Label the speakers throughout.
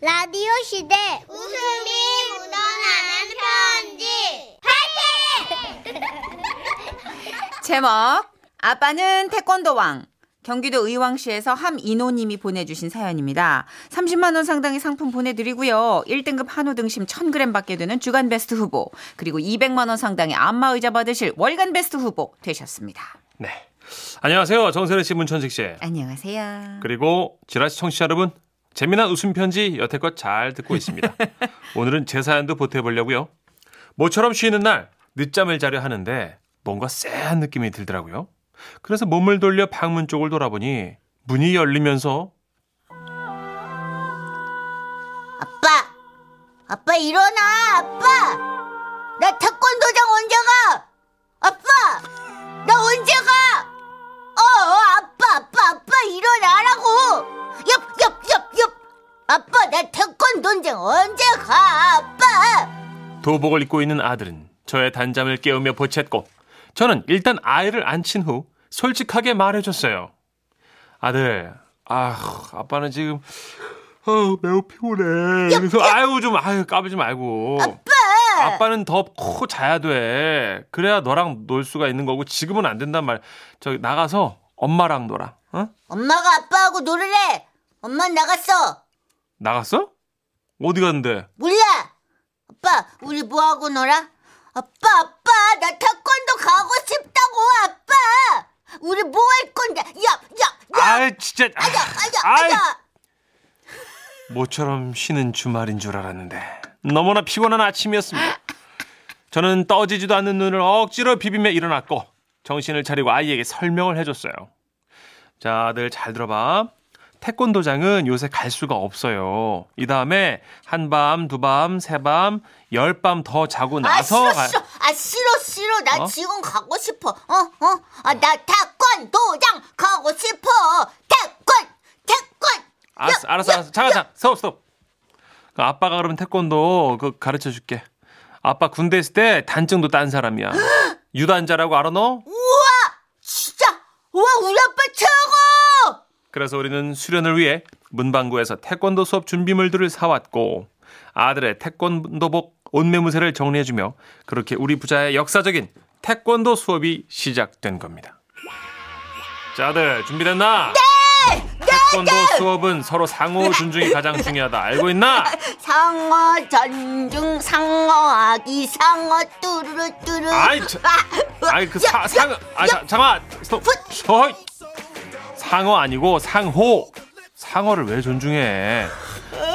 Speaker 1: 라디오 시대 웃음이 묻어나는 편지
Speaker 2: 제목 아빠는 태권도 왕 경기도 의왕시에서 함인호님이 보내주신 사연입니다. 30만 원 상당의 상품 보내드리고요. 1등급 한우 등심 1,000g 받게 되는 주간 베스트 후보 그리고 200만 원 상당의 안마 의자 받으실 월간 베스트 후보 되셨습니다.
Speaker 3: 네. 안녕하세요. 정선혜 씨, 문천식 씨.
Speaker 2: 안녕하세요.
Speaker 3: 그리고 지라시 청취자 여러분. 재미난 웃음 편지 여태껏 잘 듣고 있습니다. 오늘은 제 사연도 보태보려고요. 모처럼 쉬는 날 늦잠을 자려 하는데 뭔가 쎄한 느낌이 들더라고요. 그래서 몸을 돌려 방문 쪽을 돌아보니 문이 열리면서
Speaker 1: 아빠 아빠 일어나 아빠 나 태권도장 언제 가 아빠 나 언제 가어 어, 아빠 아빠 아빠 일어나라고 옆옆옆옆 아빠 나 태권도장 언제 가 아빠
Speaker 3: 도복을 입고 있는 아들은 저의 단잠을 깨우며 보챘고 저는 일단 아이를 앉힌 후 솔직하게 말해줬어요. 아들, 아, 아빠는 지금 어, 매우 피곤해. 그래서 아유 좀 아유 까불지 말고. 아빠는 더 코 자야 돼. 그래야 너랑 놀 수가 있는 거고 지금은 안 된단 말. 저기 나가서 엄마랑 놀아. 어?
Speaker 1: 엄마가 아빠하고 놀으래 엄마 나갔어
Speaker 3: 나갔어? 어디 갔는데?
Speaker 1: 몰라. 아빠, 우리 뭐 하고 놀아? 아빠, 아빠, 나 태권도 가고 싶다고, 아빠. 우리 뭐 할 건데? 야, 야, 야,
Speaker 3: 아, 진짜. 아,
Speaker 1: 야, 야,
Speaker 3: 아이,
Speaker 1: 야.
Speaker 3: 모처럼 쉬는 주말인 줄 알았는데 너무나 피곤한 아침이었습니다. 저는 떠지지도 않는 눈을 억지로 비비며 일어났고 정신을 차리고 아이에게 설명을 해줬어요. 자들 잘 들어봐. 태권도장은 요새 갈 수가 없어요. 이 다음에 한 밤, 두 밤, 세 밤, 열 밤 더 자고
Speaker 1: 아,
Speaker 3: 나서
Speaker 1: 싫어,
Speaker 3: 가-
Speaker 1: 싫어. 아, 싫어, 싫어. 나
Speaker 3: 어?
Speaker 1: 지금 가고 싶어. 어, 어. 아, 나 태권도장 가고 싶어. 태권, 태권.
Speaker 3: 아, 알았어, 알았어, 알았어. 잠깐, 잠깐. 스톱, 스톱. 그 아빠가 그러면 태권도 그 가르쳐 줄게. 아빠 군대 있을 때 단증도 딴 사람이야. 유단자라고 알아 너?
Speaker 1: 우와, 진짜. 우와, 우리 아빠 최고.
Speaker 3: 그래서 우리는 수련을 위해 문방구에서 태권도 수업 준비물들을 사왔고 아들의 태권도복 옷매무새를 정리해주며 그렇게 우리 부자의 역사적인 태권도 수업이 시작된 겁니다. 자, 아들 준비됐나? 태권도 수업은 서로 상호 존중이 가장 중요하다. 알고 있나?
Speaker 1: 상어 전중 상어하기 상어 뚜루루 뚜루
Speaker 3: 아이, 저- 아이 그 사, 상, 아 자, 잠깐, 스톱. 어이. 상어 아니고 상호. 상어를 왜 존중해?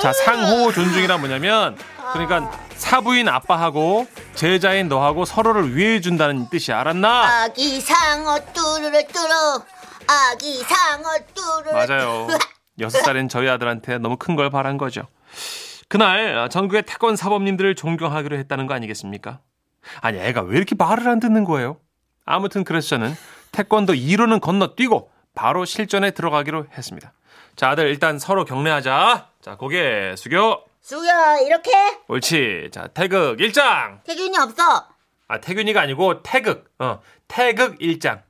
Speaker 3: 자, 상호 존중이란 뭐냐면 그러니까 사부인 아빠하고 제자인 너하고 서로를 위해 준다는 뜻이야. 알았나?
Speaker 1: 아기 상어 뚜루루 뚜루 아기 상어 뚜루루
Speaker 3: 맞아요. 여섯 살인 저희 아들한테 너무 큰 걸 바란 거죠. 그날 아, 전국의 태권 사범님들을 존경하기로 했다는 거 아니겠습니까? 아니 애가 왜 이렇게 말을 안 듣는 거예요? 아무튼 그래서 저는 태권도 2로는 건너뛰고 바로 실전에 들어가기로 했습니다. 자 아들 일단 서로 경례하자. 자 고개 숙여.
Speaker 1: 수야 이렇게
Speaker 3: 옳지. 자 태극 1장.
Speaker 1: 태균이 없어
Speaker 3: 아 태균이가 아니고 태극. 어 태극 1장.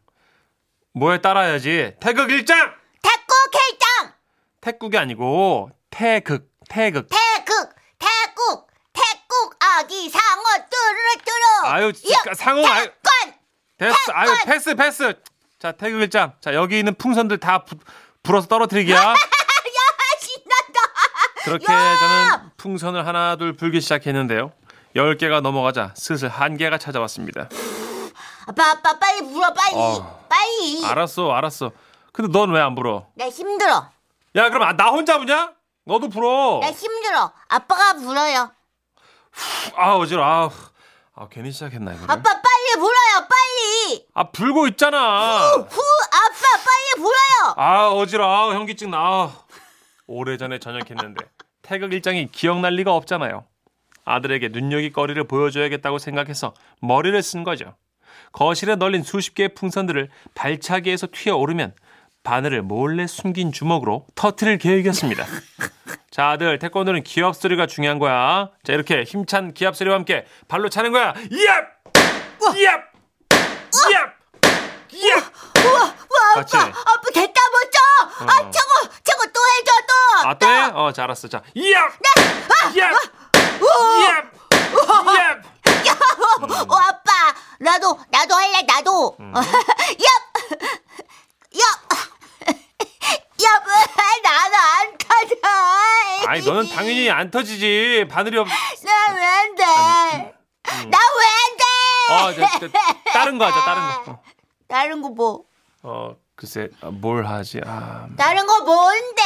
Speaker 3: 뭐에 따라야지. 태극 1장.
Speaker 1: 태국 헬장
Speaker 3: 태국이 아니고 태극. 태극.
Speaker 1: 태국 태국 태국 아기 상어 뚜루루 뚜루
Speaker 3: 아유, 진짜
Speaker 1: 야,
Speaker 3: 상어 아유.
Speaker 1: 태권
Speaker 3: 됐어. 아유, 패스, 패스. 자, 태극 일장. 자, 여기 있는 풍선들 다 부, 불어서 떨어뜨리기야.
Speaker 1: 아 신난다
Speaker 3: 그렇게
Speaker 1: 야!
Speaker 3: 저는 풍선을 하나, 둘 불기 시작했는데요. 열 개가 넘어가자 슬슬 한 개가 찾아왔습니다.
Speaker 1: 아빠 아빠 빨리 불어 빨리
Speaker 3: 어.
Speaker 1: 빨리
Speaker 3: 알았어, 알았어. 근데 넌 왜 안 불어?
Speaker 1: 나 힘들어
Speaker 3: 야, 그럼 아, 나 혼자 부냐? 너도 불어.
Speaker 1: 나 힘들어 아빠가 불어요
Speaker 3: 아, 어지러. 아, 아, 괜히 시작했나 이거.
Speaker 1: 아빠 빨리 불어요 빨리
Speaker 3: 아, 불고 있잖아.
Speaker 1: 후 아빠 빨리 불어요
Speaker 3: 아 어지러워 아, 현기증 나 오래전에 전역했는데 태극 일장이 기억날 리가 없잖아요 아들에게 눈여기거리를 보여줘야겠다고 생각해서 머리를 쓴 거죠 거실에 널린 수십 개의 풍선들을 발차기에서 튀어오르면 바늘을 몰래 숨긴 주먹으로 터트릴 계획이었습니다 자 아들 태권도는 기합 소리가 중요한 거야 자 이렇게 힘찬 기합 소리와 함께 발로 차는 거야 이압 이압 이압 이압
Speaker 1: 우와 우와 아빠
Speaker 3: 예. 맞지?
Speaker 1: 아빠 됐다 멋져 아
Speaker 3: 어.
Speaker 1: 저거 저거 또 해줘 또
Speaker 3: 아, 또 해? 어, 잘 알았어. 자, 얍! 얍! 얍! 얍! 음.
Speaker 1: 어, 아빠, 나도, 나도 할래, 나도. 얍! 얍! 얍! 나는 안 타자.
Speaker 3: 아니, 너는 당연히 안 터지지. 바늘이 없... 어,
Speaker 1: 나왜안 돼?
Speaker 3: 음.
Speaker 1: 나왜안 돼?
Speaker 3: 어, 저, 저, 다른 거 하자, 다른 거.
Speaker 1: 다른 거 뭐?
Speaker 3: 어, 글쎄, 아, 뭘 하지? 아,
Speaker 1: 다른 거 뭔데?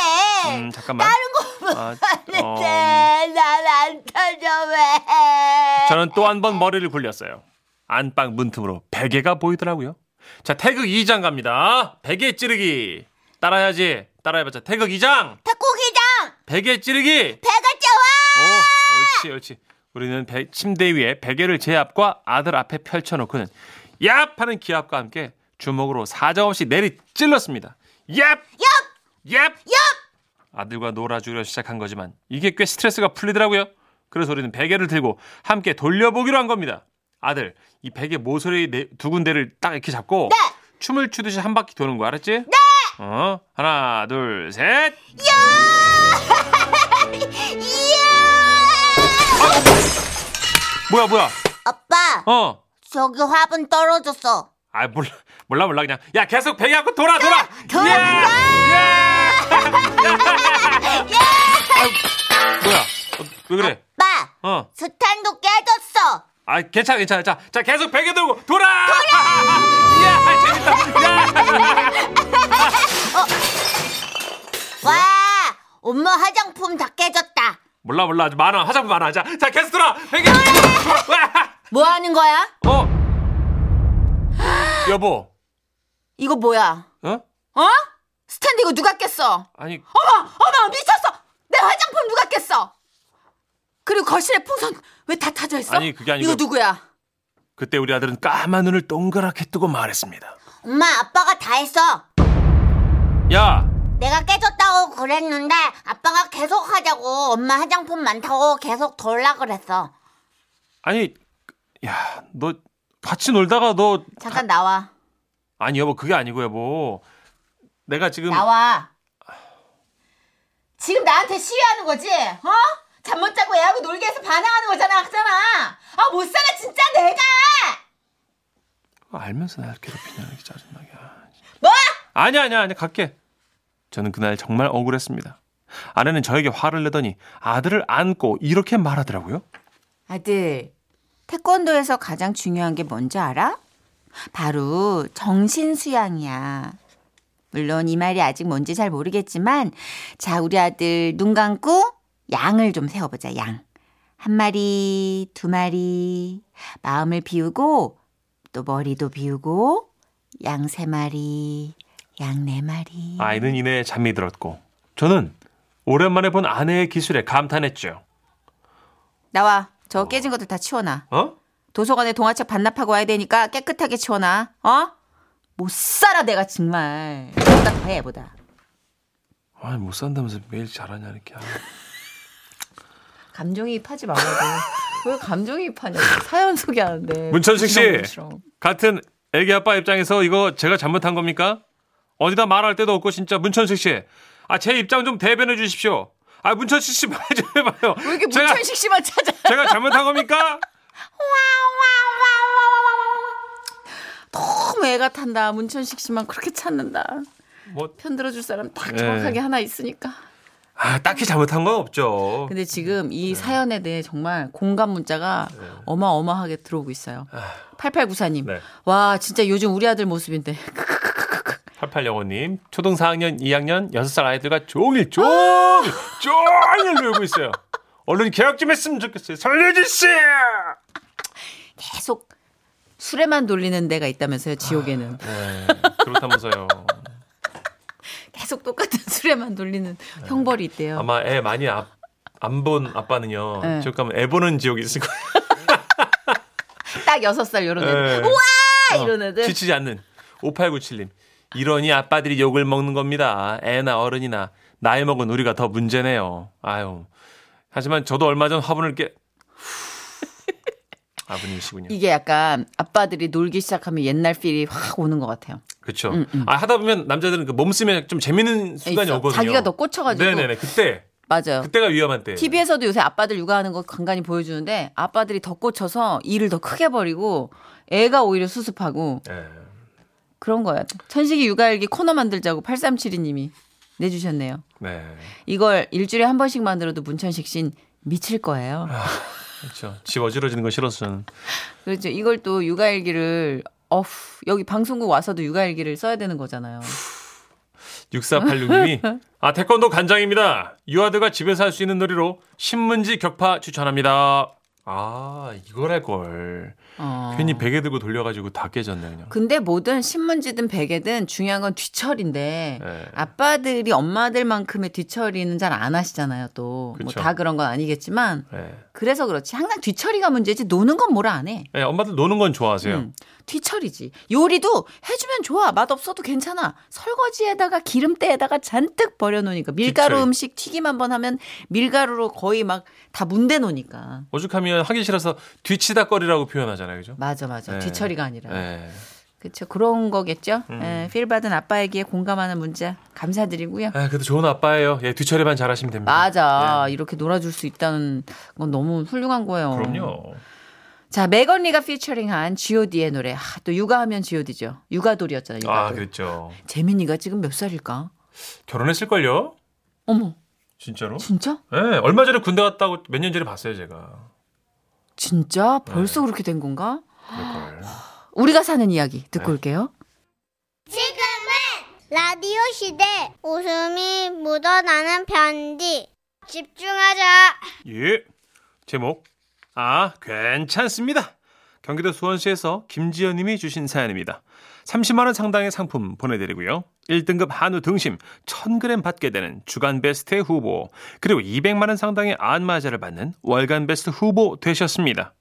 Speaker 3: 음, 잠깐만.
Speaker 1: 다른 거뭐
Speaker 3: 아, 어,
Speaker 1: 뭔데? 난안 타자, 왜?
Speaker 3: 저는 또 한 번 머리를 굴렸어요. 안방 문틈으로 베개가 보이더라고요. 자, 태극 2장 갑니다. 베개 찌르기. 따라해야지. 따라해봤자 태극 2장.
Speaker 1: 닭고기장!
Speaker 3: 베개 찌르기.
Speaker 1: 배가 좋아!
Speaker 3: 오, 어, 옳지, 옳지. 우리는 배- 침대 위에 베개를 제 앞과 아들 앞에 펼쳐놓고는 얍 하는 기합과 함께 주먹으로 사정없이 내리 찔렀습니다. 얍! 얍! 얍! 아들과 놀아주려 시작한 거지만 이게 꽤 스트레스가 풀리더라고요. 그래서 우리는 베개를 들고 함께 돌려보기로 한 겁니다. 아들, 이 베개 모서리 네- 두 군데를 딱 이렇게 잡고 춤을 추듯이 한 바퀴 도는 거 알았지? 네! 어, 하나, 둘, 셋!
Speaker 1: 이야!
Speaker 3: 뭐야, 뭐야?
Speaker 1: 아빠,
Speaker 3: 어!
Speaker 1: 저기 화분 떨어졌어.
Speaker 3: 아 몰라 몰라 몰라 그냥 야 계속 베개 갖고 돌아 돌아
Speaker 1: 돌아,
Speaker 3: 예!
Speaker 1: 돌아!
Speaker 3: 예! 아유, 뭐야 어, 왜 그래
Speaker 1: 아빠,
Speaker 3: 어아
Speaker 1: 스탄도 깨졌어.
Speaker 3: 괜찮아 괜찮아 자, 자 계속 베개 들고 돌아 야 재밌다 야
Speaker 1: 와, 엄마 화장품 다 깨졌다.
Speaker 3: 몰라 몰라 아주 많아 화장품 많아 자자 계속 돌아 베개 돌아
Speaker 2: 뭐 하는 거야?
Speaker 3: 어 여보
Speaker 2: 이거 뭐야?
Speaker 3: 어
Speaker 2: 어? 스탠드 이거 누가 깼어?
Speaker 3: 아니
Speaker 2: 어머, 어머, 미쳤어! 내 화장품 누가 깼어? 그리고 거실에 풍선 왜 다 타져 있어?
Speaker 3: 아니, 그게 아니고-
Speaker 2: 이거 누구야?
Speaker 3: 그때 우리 아들은 까만 눈을 동그랗게 뜨고 말했습니다
Speaker 1: 엄마, 아빠가 다 했어.
Speaker 3: 야
Speaker 1: 내가 깨졌다고 그랬는데 아빠가 계속 하자고 엄마 화장품 많다고 계속 돌라 그랬어.
Speaker 3: 아니 야 너 같이 놀다가 너
Speaker 2: 잠깐 나와.
Speaker 3: 아니 여보 그게 아니고 여보 내가 지금
Speaker 2: 나와. 지금 나한테 시위하는 거지? 어? 잠 못 자고 애하고 놀게 해서 반항하는 거잖아, 하잖아. 아, 못 살아, 진짜 내가!
Speaker 3: 알면서 날 괴롭히냐 이게 짜증나게 아, 진짜.
Speaker 2: 뭐?
Speaker 3: 아니 아니 아니 갈게 저는 그날 정말 억울했습니다 아내는 저에게 화를 내더니 아들을 안고 이렇게 말하더라고요
Speaker 2: 아들, 태권도에서 가장 중요한 게 뭔지 알아? 바로 정신수양이야. 물론 이 말이 아직 뭔지 잘 모르겠지만, 자, 우리 아들 눈 감고 양을 좀 세워보자, 양. 한 마리, 두 마리, 마음을 비우고, 또 머리도 비우고, 양 세 마리, 양 네 마리.
Speaker 3: 아이는 이내 잠이 들었고 저는 오랜만에 본 아내의 기술에 감탄했죠
Speaker 2: 나와. 저 깨진 것들 다 치워놔.
Speaker 3: 어?
Speaker 2: 도서관에 동화책 반납하고 와야 되니까 깨끗하게 치워놔. 어? 못 살아 내가 정말. 보다 더해 보다.
Speaker 3: 아니 못 산다면서 매일 잘하냐 이렇게 아,
Speaker 2: 감정이입하지 말라고. 왜 감정이입하냐? 사연 소개하는데.
Speaker 3: 문천식 씨.
Speaker 2: 부시렁부시렁.
Speaker 3: 같은 애기 아빠 입장에서 이거 제가 잘못한 겁니까? 어디다 말할 데도 없고 진짜 문천식 씨. 아, 제 입장 좀 대변해 주십시오. 아, 문천식 씨 말 좀 해봐요.
Speaker 2: 왜 이렇게
Speaker 3: 제가,
Speaker 2: 문천식 씨만 찾아?
Speaker 3: 제가 잘못한 겁니까?
Speaker 2: 너무 애가 탄다. 문천식 씨만 그렇게 찾는다.
Speaker 3: 뭐,
Speaker 2: 편 들어줄 사람 딱
Speaker 3: 네.
Speaker 2: 정확하게 하나 있으니까.
Speaker 3: 아, 딱히 잘못한 건 없죠.
Speaker 2: 근데 지금
Speaker 3: 네.
Speaker 2: 이 사연에 대해 정말 공감 문자가 어마어마하게 들어오고 있어요. 8894님.
Speaker 3: 아. 네.
Speaker 2: 와, 진짜 요즘 우리 아들 모습인데.
Speaker 3: 8805님, 초등 4학년, 2학년, 6살 아이들과 종일, 종일, 종일 놀고 있어요. 얼른 개혁 좀 했으면 좋겠어요. 살려주세요!
Speaker 2: 계속 술에만 돌리는 데가 있다면서요 지옥에는
Speaker 3: 네, 그렇다면서요.
Speaker 2: 계속 똑같은 술에만 돌리는 형벌이 있대요
Speaker 3: 네. 아마 애 많이 안 본 아빠는요.
Speaker 2: 네.
Speaker 3: 지금 가면 애 보는 지옥이 있을 거예요.
Speaker 2: 딱 여섯 살 요런 애들
Speaker 3: 네.
Speaker 2: 예. 우와 이런 애들
Speaker 3: 지치지 않는 5897님. 이러니 아빠들이 욕을 먹는 겁니다. 애나 어른이나 나이 먹은 우리가 더 문제네요. 아유. 하지만 저도 얼마 전 화분을 깨 아버님이시군요.
Speaker 2: 이게 약간 아빠들이 놀기 시작하면 옛날 필이 확 오는 것 같아요
Speaker 3: 그렇죠. 아, 하다 보면 남자들은 그 몸쓰면 좀 재밌는 순간이
Speaker 2: 음, 있어.
Speaker 3: 오거든요.
Speaker 2: 자기가 더 꽂혀가지고.
Speaker 3: 네네네. 그때
Speaker 2: 맞아요.
Speaker 3: 그때가 네. 위험한 때.
Speaker 2: TV에서도 요새 아빠들 육아하는 거 간간히 보여주는데 아빠들이 더 꽂혀서 일을 더 크게 벌이고 애가 오히려 수습하고
Speaker 3: 예.
Speaker 2: 그런 거예요. 천식이 육아일기 코너 만들자고 8372님이 내주셨네요.
Speaker 3: 네.
Speaker 2: 이걸 일주일에 한 번씩 만들어도 문천식 씨는 미칠 거예요.
Speaker 3: 아. 그렇죠. 집 어지러지는 거 싫어서 저는.
Speaker 2: 그렇죠. 이걸 또 육아일기를 어후 여기 방송국 와서도 육아일기를 써야 되는 거잖아요.
Speaker 3: 6486님이 아 태권도 간장입니다. 유아드가 집에서 할 수 있는 놀이로 신문지 격파 추천합니다. 아 이걸 할 걸.
Speaker 2: 어.
Speaker 3: 괜히 베개 들고 돌려가지고 다 깨졌네 그냥.
Speaker 2: 근데 뭐든 신문지든 베개든 중요한 건 뒤처리인데
Speaker 3: 네.
Speaker 2: 아빠들이 엄마들만큼의 뒤처리는 잘 안 하시잖아요. 또 뭐
Speaker 3: 그쵸.
Speaker 2: 다 그런 건 아니겠지만
Speaker 3: 예.
Speaker 2: 그래서 그렇지 항상 뒤처리가 문제지 노는 건 뭐라 안 해.
Speaker 3: 예, 엄마들 노는 건 좋아하세요.
Speaker 2: 음, 뒤처리지. 요리도 해주면 좋아. 맛 없어도 괜찮아. 설거지에다가 기름때에다가 잔뜩 버려놓으니까 밀가루
Speaker 3: 뒤처리.
Speaker 2: 음식 튀김 한 번 하면 밀가루로 거의 막 다 문대놓으니까.
Speaker 3: 오죽하면 하기 싫어서 뒤치다거리라고 표현하잖아요, 그죠?
Speaker 2: 맞아 맞아.
Speaker 3: 네. 음.
Speaker 2: 뒤처리가 아니라.
Speaker 3: 예.
Speaker 2: 그렇죠. 그런 거겠죠. 예, 필 받은 아빠에게 공감하는 문자 감사드리고요.
Speaker 3: 아, 그래도 좋은 아빠예요. 예, 뒤처리만 잘하시면 됩니다.
Speaker 2: 맞아. 이렇게 놀아줄 수 있다는 건 너무 훌륭한 거예요.
Speaker 3: 네.
Speaker 2: 음.
Speaker 3: 그럼요.
Speaker 2: 자, 맥언리가 피처링한 G.O.D의 노래. 아, 또 육아하면 G.O.D죠. 육아돌이었잖아요.
Speaker 3: 아,
Speaker 2: 육아돌.
Speaker 3: 그랬죠.
Speaker 2: 재민이가 지금 몇 살일까?
Speaker 3: 결혼했을걸요?
Speaker 2: 어머,
Speaker 3: 진짜로?
Speaker 2: 진짜?
Speaker 3: 예, 얼마 전에 군대 갔다고 몇 년 전에 봤어요, 제가.
Speaker 2: 진짜? 벌써 그렇게 된 건가?
Speaker 3: 그럴걸.
Speaker 2: 우리가 사는 이야기 듣고 올게요.
Speaker 4: 라디오 시대 웃음이 묻어나는 편지 집중하자
Speaker 3: 예. 제목. 아, 괜찮습니다. 경기도 수원시에서 김지연 님이 주신 사연입니다. 30만 원 상당의 상품 보내 드리고요. 1등급 한우 등심 1000g 받게 되는 주간 베스트 후보, 그리고 200만 원 상당의 안마자를 받는 월간 베스트 후보 되셨습니다.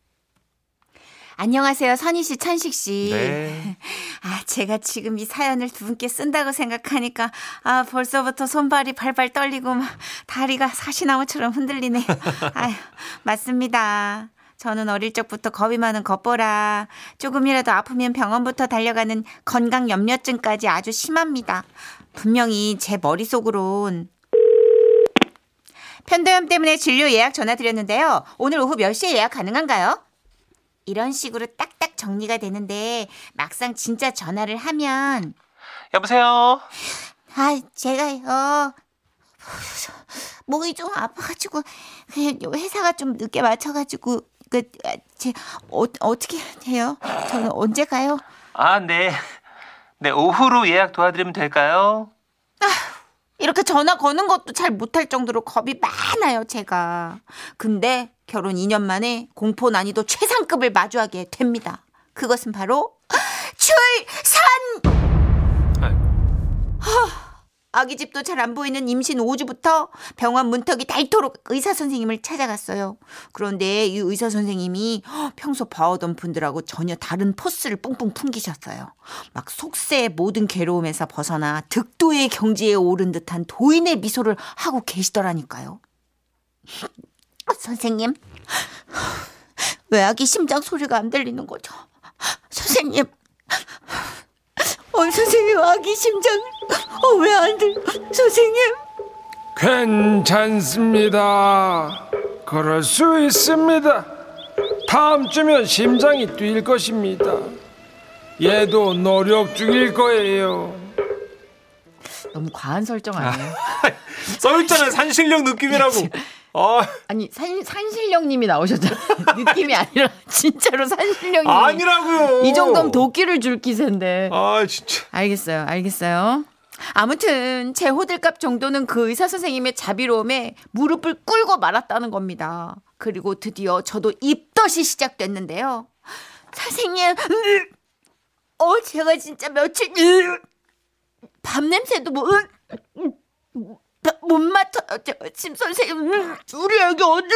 Speaker 2: 안녕하세요. 선희 씨, 찬식 씨.
Speaker 3: 네.
Speaker 2: 아, 제가 지금 이 사연을 두 분께 쓴다고 생각하니까 아, 벌써부터 손발이 발발 떨리고 막 다리가 사시나무처럼 흔들리네요. 아유, 맞습니다. 저는 어릴 적부터 겁이 많은 겉보라. 조금이라도 아프면 병원부터 달려가는 건강 염려증까지 아주 심합니다. 분명히 제 머릿속으론 편도염 때문에 진료 예약 전화 드렸는데요. 오늘 오후 몇 시에 예약 가능한가요? 이런 식으로 딱딱 정리가 되는데 막상 진짜 전화를 하면
Speaker 3: 여보세요.
Speaker 1: 아,
Speaker 2: 어,
Speaker 1: 제가요. 목이 좀 아파가지고 그냥 요 회사가 좀 늦게 맞춰가지고 그제 어, 어떻게 해요? 저는 언제 가요?
Speaker 3: 아, 네. 네, 오후로 예약 도와드리면 될까요?
Speaker 2: 이렇게 전화 거는 것도 잘 못할 정도로 겁이 많아요 제가 근데 결혼 2년 만에 공포 난이도 최상급을 마주하게 됩니다 그것은 바로 출산
Speaker 3: 아.
Speaker 2: 아기 집도 잘 안 보이는 임신 5주부터 병원 문턱이 닳도록 의사 선생님을 찾아갔어요. 그런데 이 의사 선생님이 평소 봐오던 분들하고 전혀 다른 포스를 뿡뿡 풍기셨어요. 막 속세의 모든 괴로움에서 벗어나 득도의 경지에 오른 듯한 도인의 미소를 하고 계시더라니까요.
Speaker 1: 선생님, 왜 아기 심장 소리가 안 들리는 거죠? 선생님, 어, 선생님 아기 심장 어, 왜 안 들? 선생님.
Speaker 5: 괜찮습니다. 그럴 수 있습니다. 다음 주면 심장이 뛸 것입니다. 얘도 노력 중일 거예요.
Speaker 2: 너무 과한 설정 아니에요?
Speaker 3: 써있잖아요. 산신령 느낌이라고. 아,
Speaker 2: 아니 산, 산신령님이 나오셨잖아요. 느낌이 아니라 진짜로 산신령님이
Speaker 3: 아니라고요.
Speaker 2: 이 정도면 도끼를 줄 기세인데.
Speaker 3: 아, 진짜.
Speaker 2: 알겠어요, 알겠어요. 아무튼 제 호들갑 정도는 그 의사 선생님의 자비로움에 무릎을 꿇고 말았다는 겁니다. 그리고 드디어 저도 입덧이 시작됐는데요. 선생님, 으, 어 제가 진짜 며칠 으, 밤 냄새도 못, 못 맡아요. 저, 심 선생님, 으, 우리 애기 어디?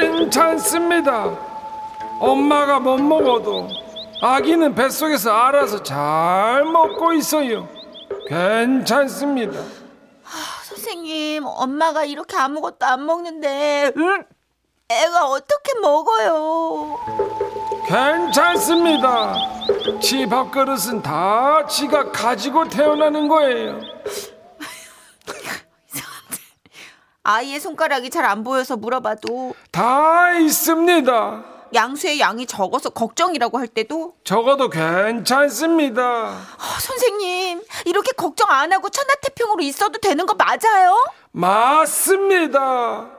Speaker 5: 괜찮습니다. 엄마가 못 먹어도 아기는 뱃속에서 알아서 잘 먹고 있어요. 괜찮습니다.
Speaker 2: 선생님, 엄마가 이렇게 아무것도 안 먹는데, 응? 애가 어떻게 먹어요?
Speaker 5: 괜찮습니다. 지 밥그릇은 다 지가 가지고 태어나는 거예요.
Speaker 2: 아이의 손가락이 잘 안 보여서 물어봐도
Speaker 5: 다 있습니다.
Speaker 2: 양수의 양이 적어서 걱정이라고 할 때도
Speaker 5: 적어도 괜찮습니다.
Speaker 2: 아, 선생님 이렇게 걱정 안 하고 천하태평으로 있어도 되는 거 맞아요?
Speaker 5: 맞습니다.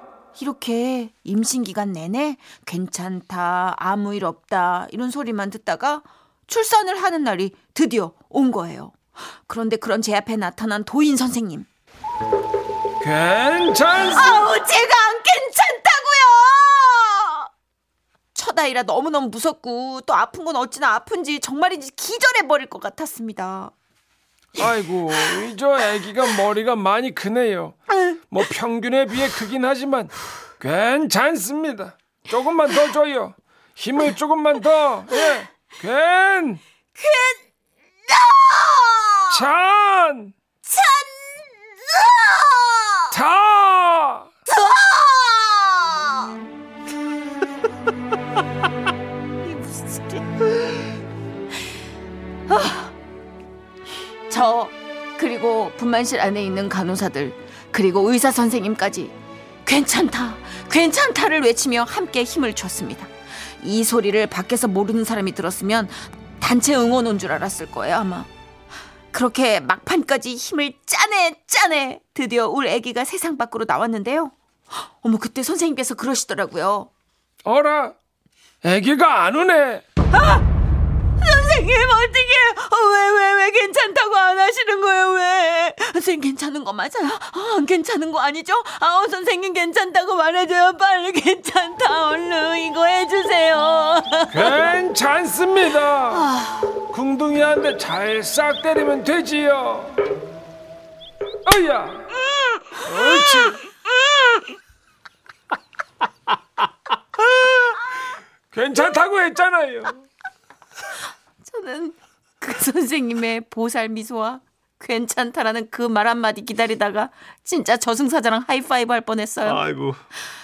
Speaker 2: 이렇게 임신 기간 내내 괜찮다 아무 일 없다 이런 소리만 듣다가 출산을 하는 날이 드디어 온 거예요. 그런데 그런 제 앞에 나타난 도인 선생님.
Speaker 5: 괜찮습니다.
Speaker 2: 아우 제가 안 괜찮다고요. 첫 아이라 너무너무 무섭고 또 아픈 건 어찌나 아픈지 정말인지 기절해 버릴 것 같았습니다.
Speaker 5: 아이고, 저 아기가 머리가 많이 크네요. 뭐 평균에 비해 크긴 하지만 괜찮습니다. 조금만 더 줘요. 힘을 조금만 더. 예. 괜. 괜찮. 찬. 자.
Speaker 2: 이게 무슨 소리야? 아, 저 그리고 분만실 안에 있는 간호사들 그리고 의사 선생님까지 괜찮다 괜찮다를 외치며 함께 힘을 줬습니다. 이 소리를 밖에서 모르는 사람이 들었으면 단체 응원 온 줄 알았을 거예요 아마. 그렇게 막판까지 힘을 짜내 짜내 드디어 울 아기가 세상 밖으로 나왔는데요. 어머 그때 선생님께서 그러시더라고요.
Speaker 5: 어라. 아기가 안 우네.
Speaker 2: 선생님 어떻게 왜왜 왜 괜찮다고 안 하시는 거예요 왜 선생님 괜찮은 거 맞아요 아, 안 괜찮은 거 아니죠 아우 어, 선생님 괜찮다고 말해줘요 빨리 괜찮다 얼른 이거 해주세요
Speaker 5: 괜찮습니다. 궁둥이한테 잘 싹 때리면 되지요. 아야. 옳지. 괜찮다고 했잖아요.
Speaker 2: 저는 그 선생님의 보살 미소와 괜찮다라는 그 말 한마디 기다리다가 진짜 저승사자랑 하이파이브 할 뻔했어요
Speaker 3: 아이고.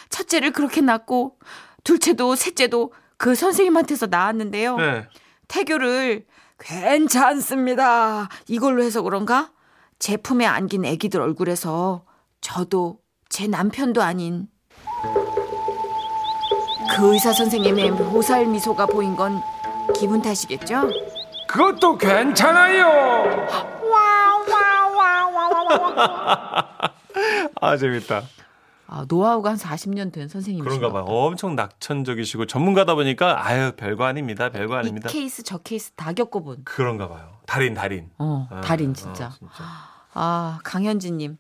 Speaker 2: 첫째를 그렇게 낳고 둘째도 셋째도 그 선생님한테서 낳았는데요
Speaker 3: 네.
Speaker 2: 태교를 괜찮습니다. 이걸로 해서 그런가? 제품에 안긴 애기들 얼굴에서 저도 제 남편도 아닌 그 의사 선생님의 보살 미소가 보인 건 기분 탓이겠죠?
Speaker 5: 그것도 괜찮아요.
Speaker 3: 아 재밌다.
Speaker 2: 아, 노하우가 한 40년 된 선생님이신가
Speaker 3: 그런가 봐요. 엄청 낙천적이시고 전문가다 보니까 아유 별거 아닙니다. 별거
Speaker 2: 이
Speaker 3: 아닙니다.
Speaker 2: 케이스 저 케이스 다 겪어본
Speaker 3: 그런가 봐요. 달인 달인.
Speaker 2: 어,
Speaker 3: 아,
Speaker 2: 달인
Speaker 3: 아,
Speaker 2: 진짜. 아, 강현진님.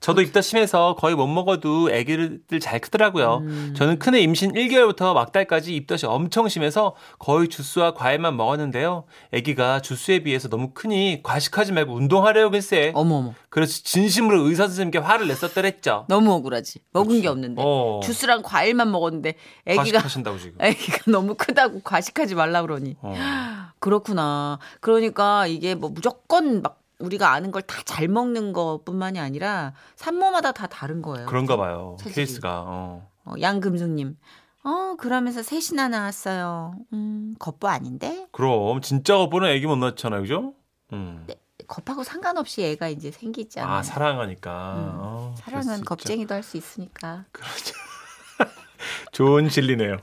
Speaker 3: 저도 입덧 심해서 거의 못 먹어도 아기들 잘 크더라고요.
Speaker 2: 음.
Speaker 3: 저는 큰애 임신 1개월부터 막달까지 입덧이 엄청 심해서 거의 주스와 과일만 먹었는데요. 아기가 주스에 비해서 너무 크니 과식하지 말고 운동하래요 글쎄.
Speaker 2: 어머머.
Speaker 3: 그래서 진심으로 의사 선생님께 화를 냈었더랬죠.
Speaker 2: 너무 억울하지. 먹은 게 없는데.
Speaker 3: 어.
Speaker 2: 주스랑 과일만 먹었는데 애기가
Speaker 3: 과식하신다고 지금.
Speaker 2: 애기가 아, 너무 크다고 과식하지 말라 그러니 아,
Speaker 3: 어.
Speaker 2: 그렇구나 그러니까 이게 뭐 무조건 막 우리가 아는 걸 다 잘 먹는 것뿐만이 아니라 산모마다 다 다른 거예요
Speaker 3: 그런가 봐요.
Speaker 2: 체질이.
Speaker 3: 케이스가. 어.
Speaker 2: 어, 양금숙님 어 그러면서 셋이나 나왔어요 음 겉보 아닌데
Speaker 3: 그럼 진짜 거보는 아기 못 낳잖아요. 그죠? 음.
Speaker 2: 겉하고 상관없이 애가 이제 생기지 네, 않아요
Speaker 3: 아, 사랑하니까.
Speaker 2: 음.
Speaker 3: 어,
Speaker 2: 사랑은
Speaker 3: 그럴 수 있죠.
Speaker 2: 겁쟁이도 할 수 있으니까
Speaker 3: 그렇죠. 좋은 진리네요.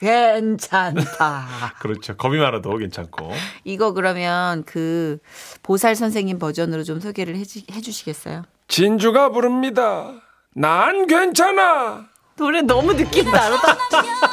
Speaker 3: 네.
Speaker 2: 괜찮다
Speaker 3: 그렇죠. 겁이 많아도 괜찮고.
Speaker 2: 이거 그러면 그 보살 선생님 버전으로 좀 소개를 해주, 해주시겠어요
Speaker 5: 진주가 부릅니다. 난 괜찮아.
Speaker 2: 노래 너무 느낌 다르다.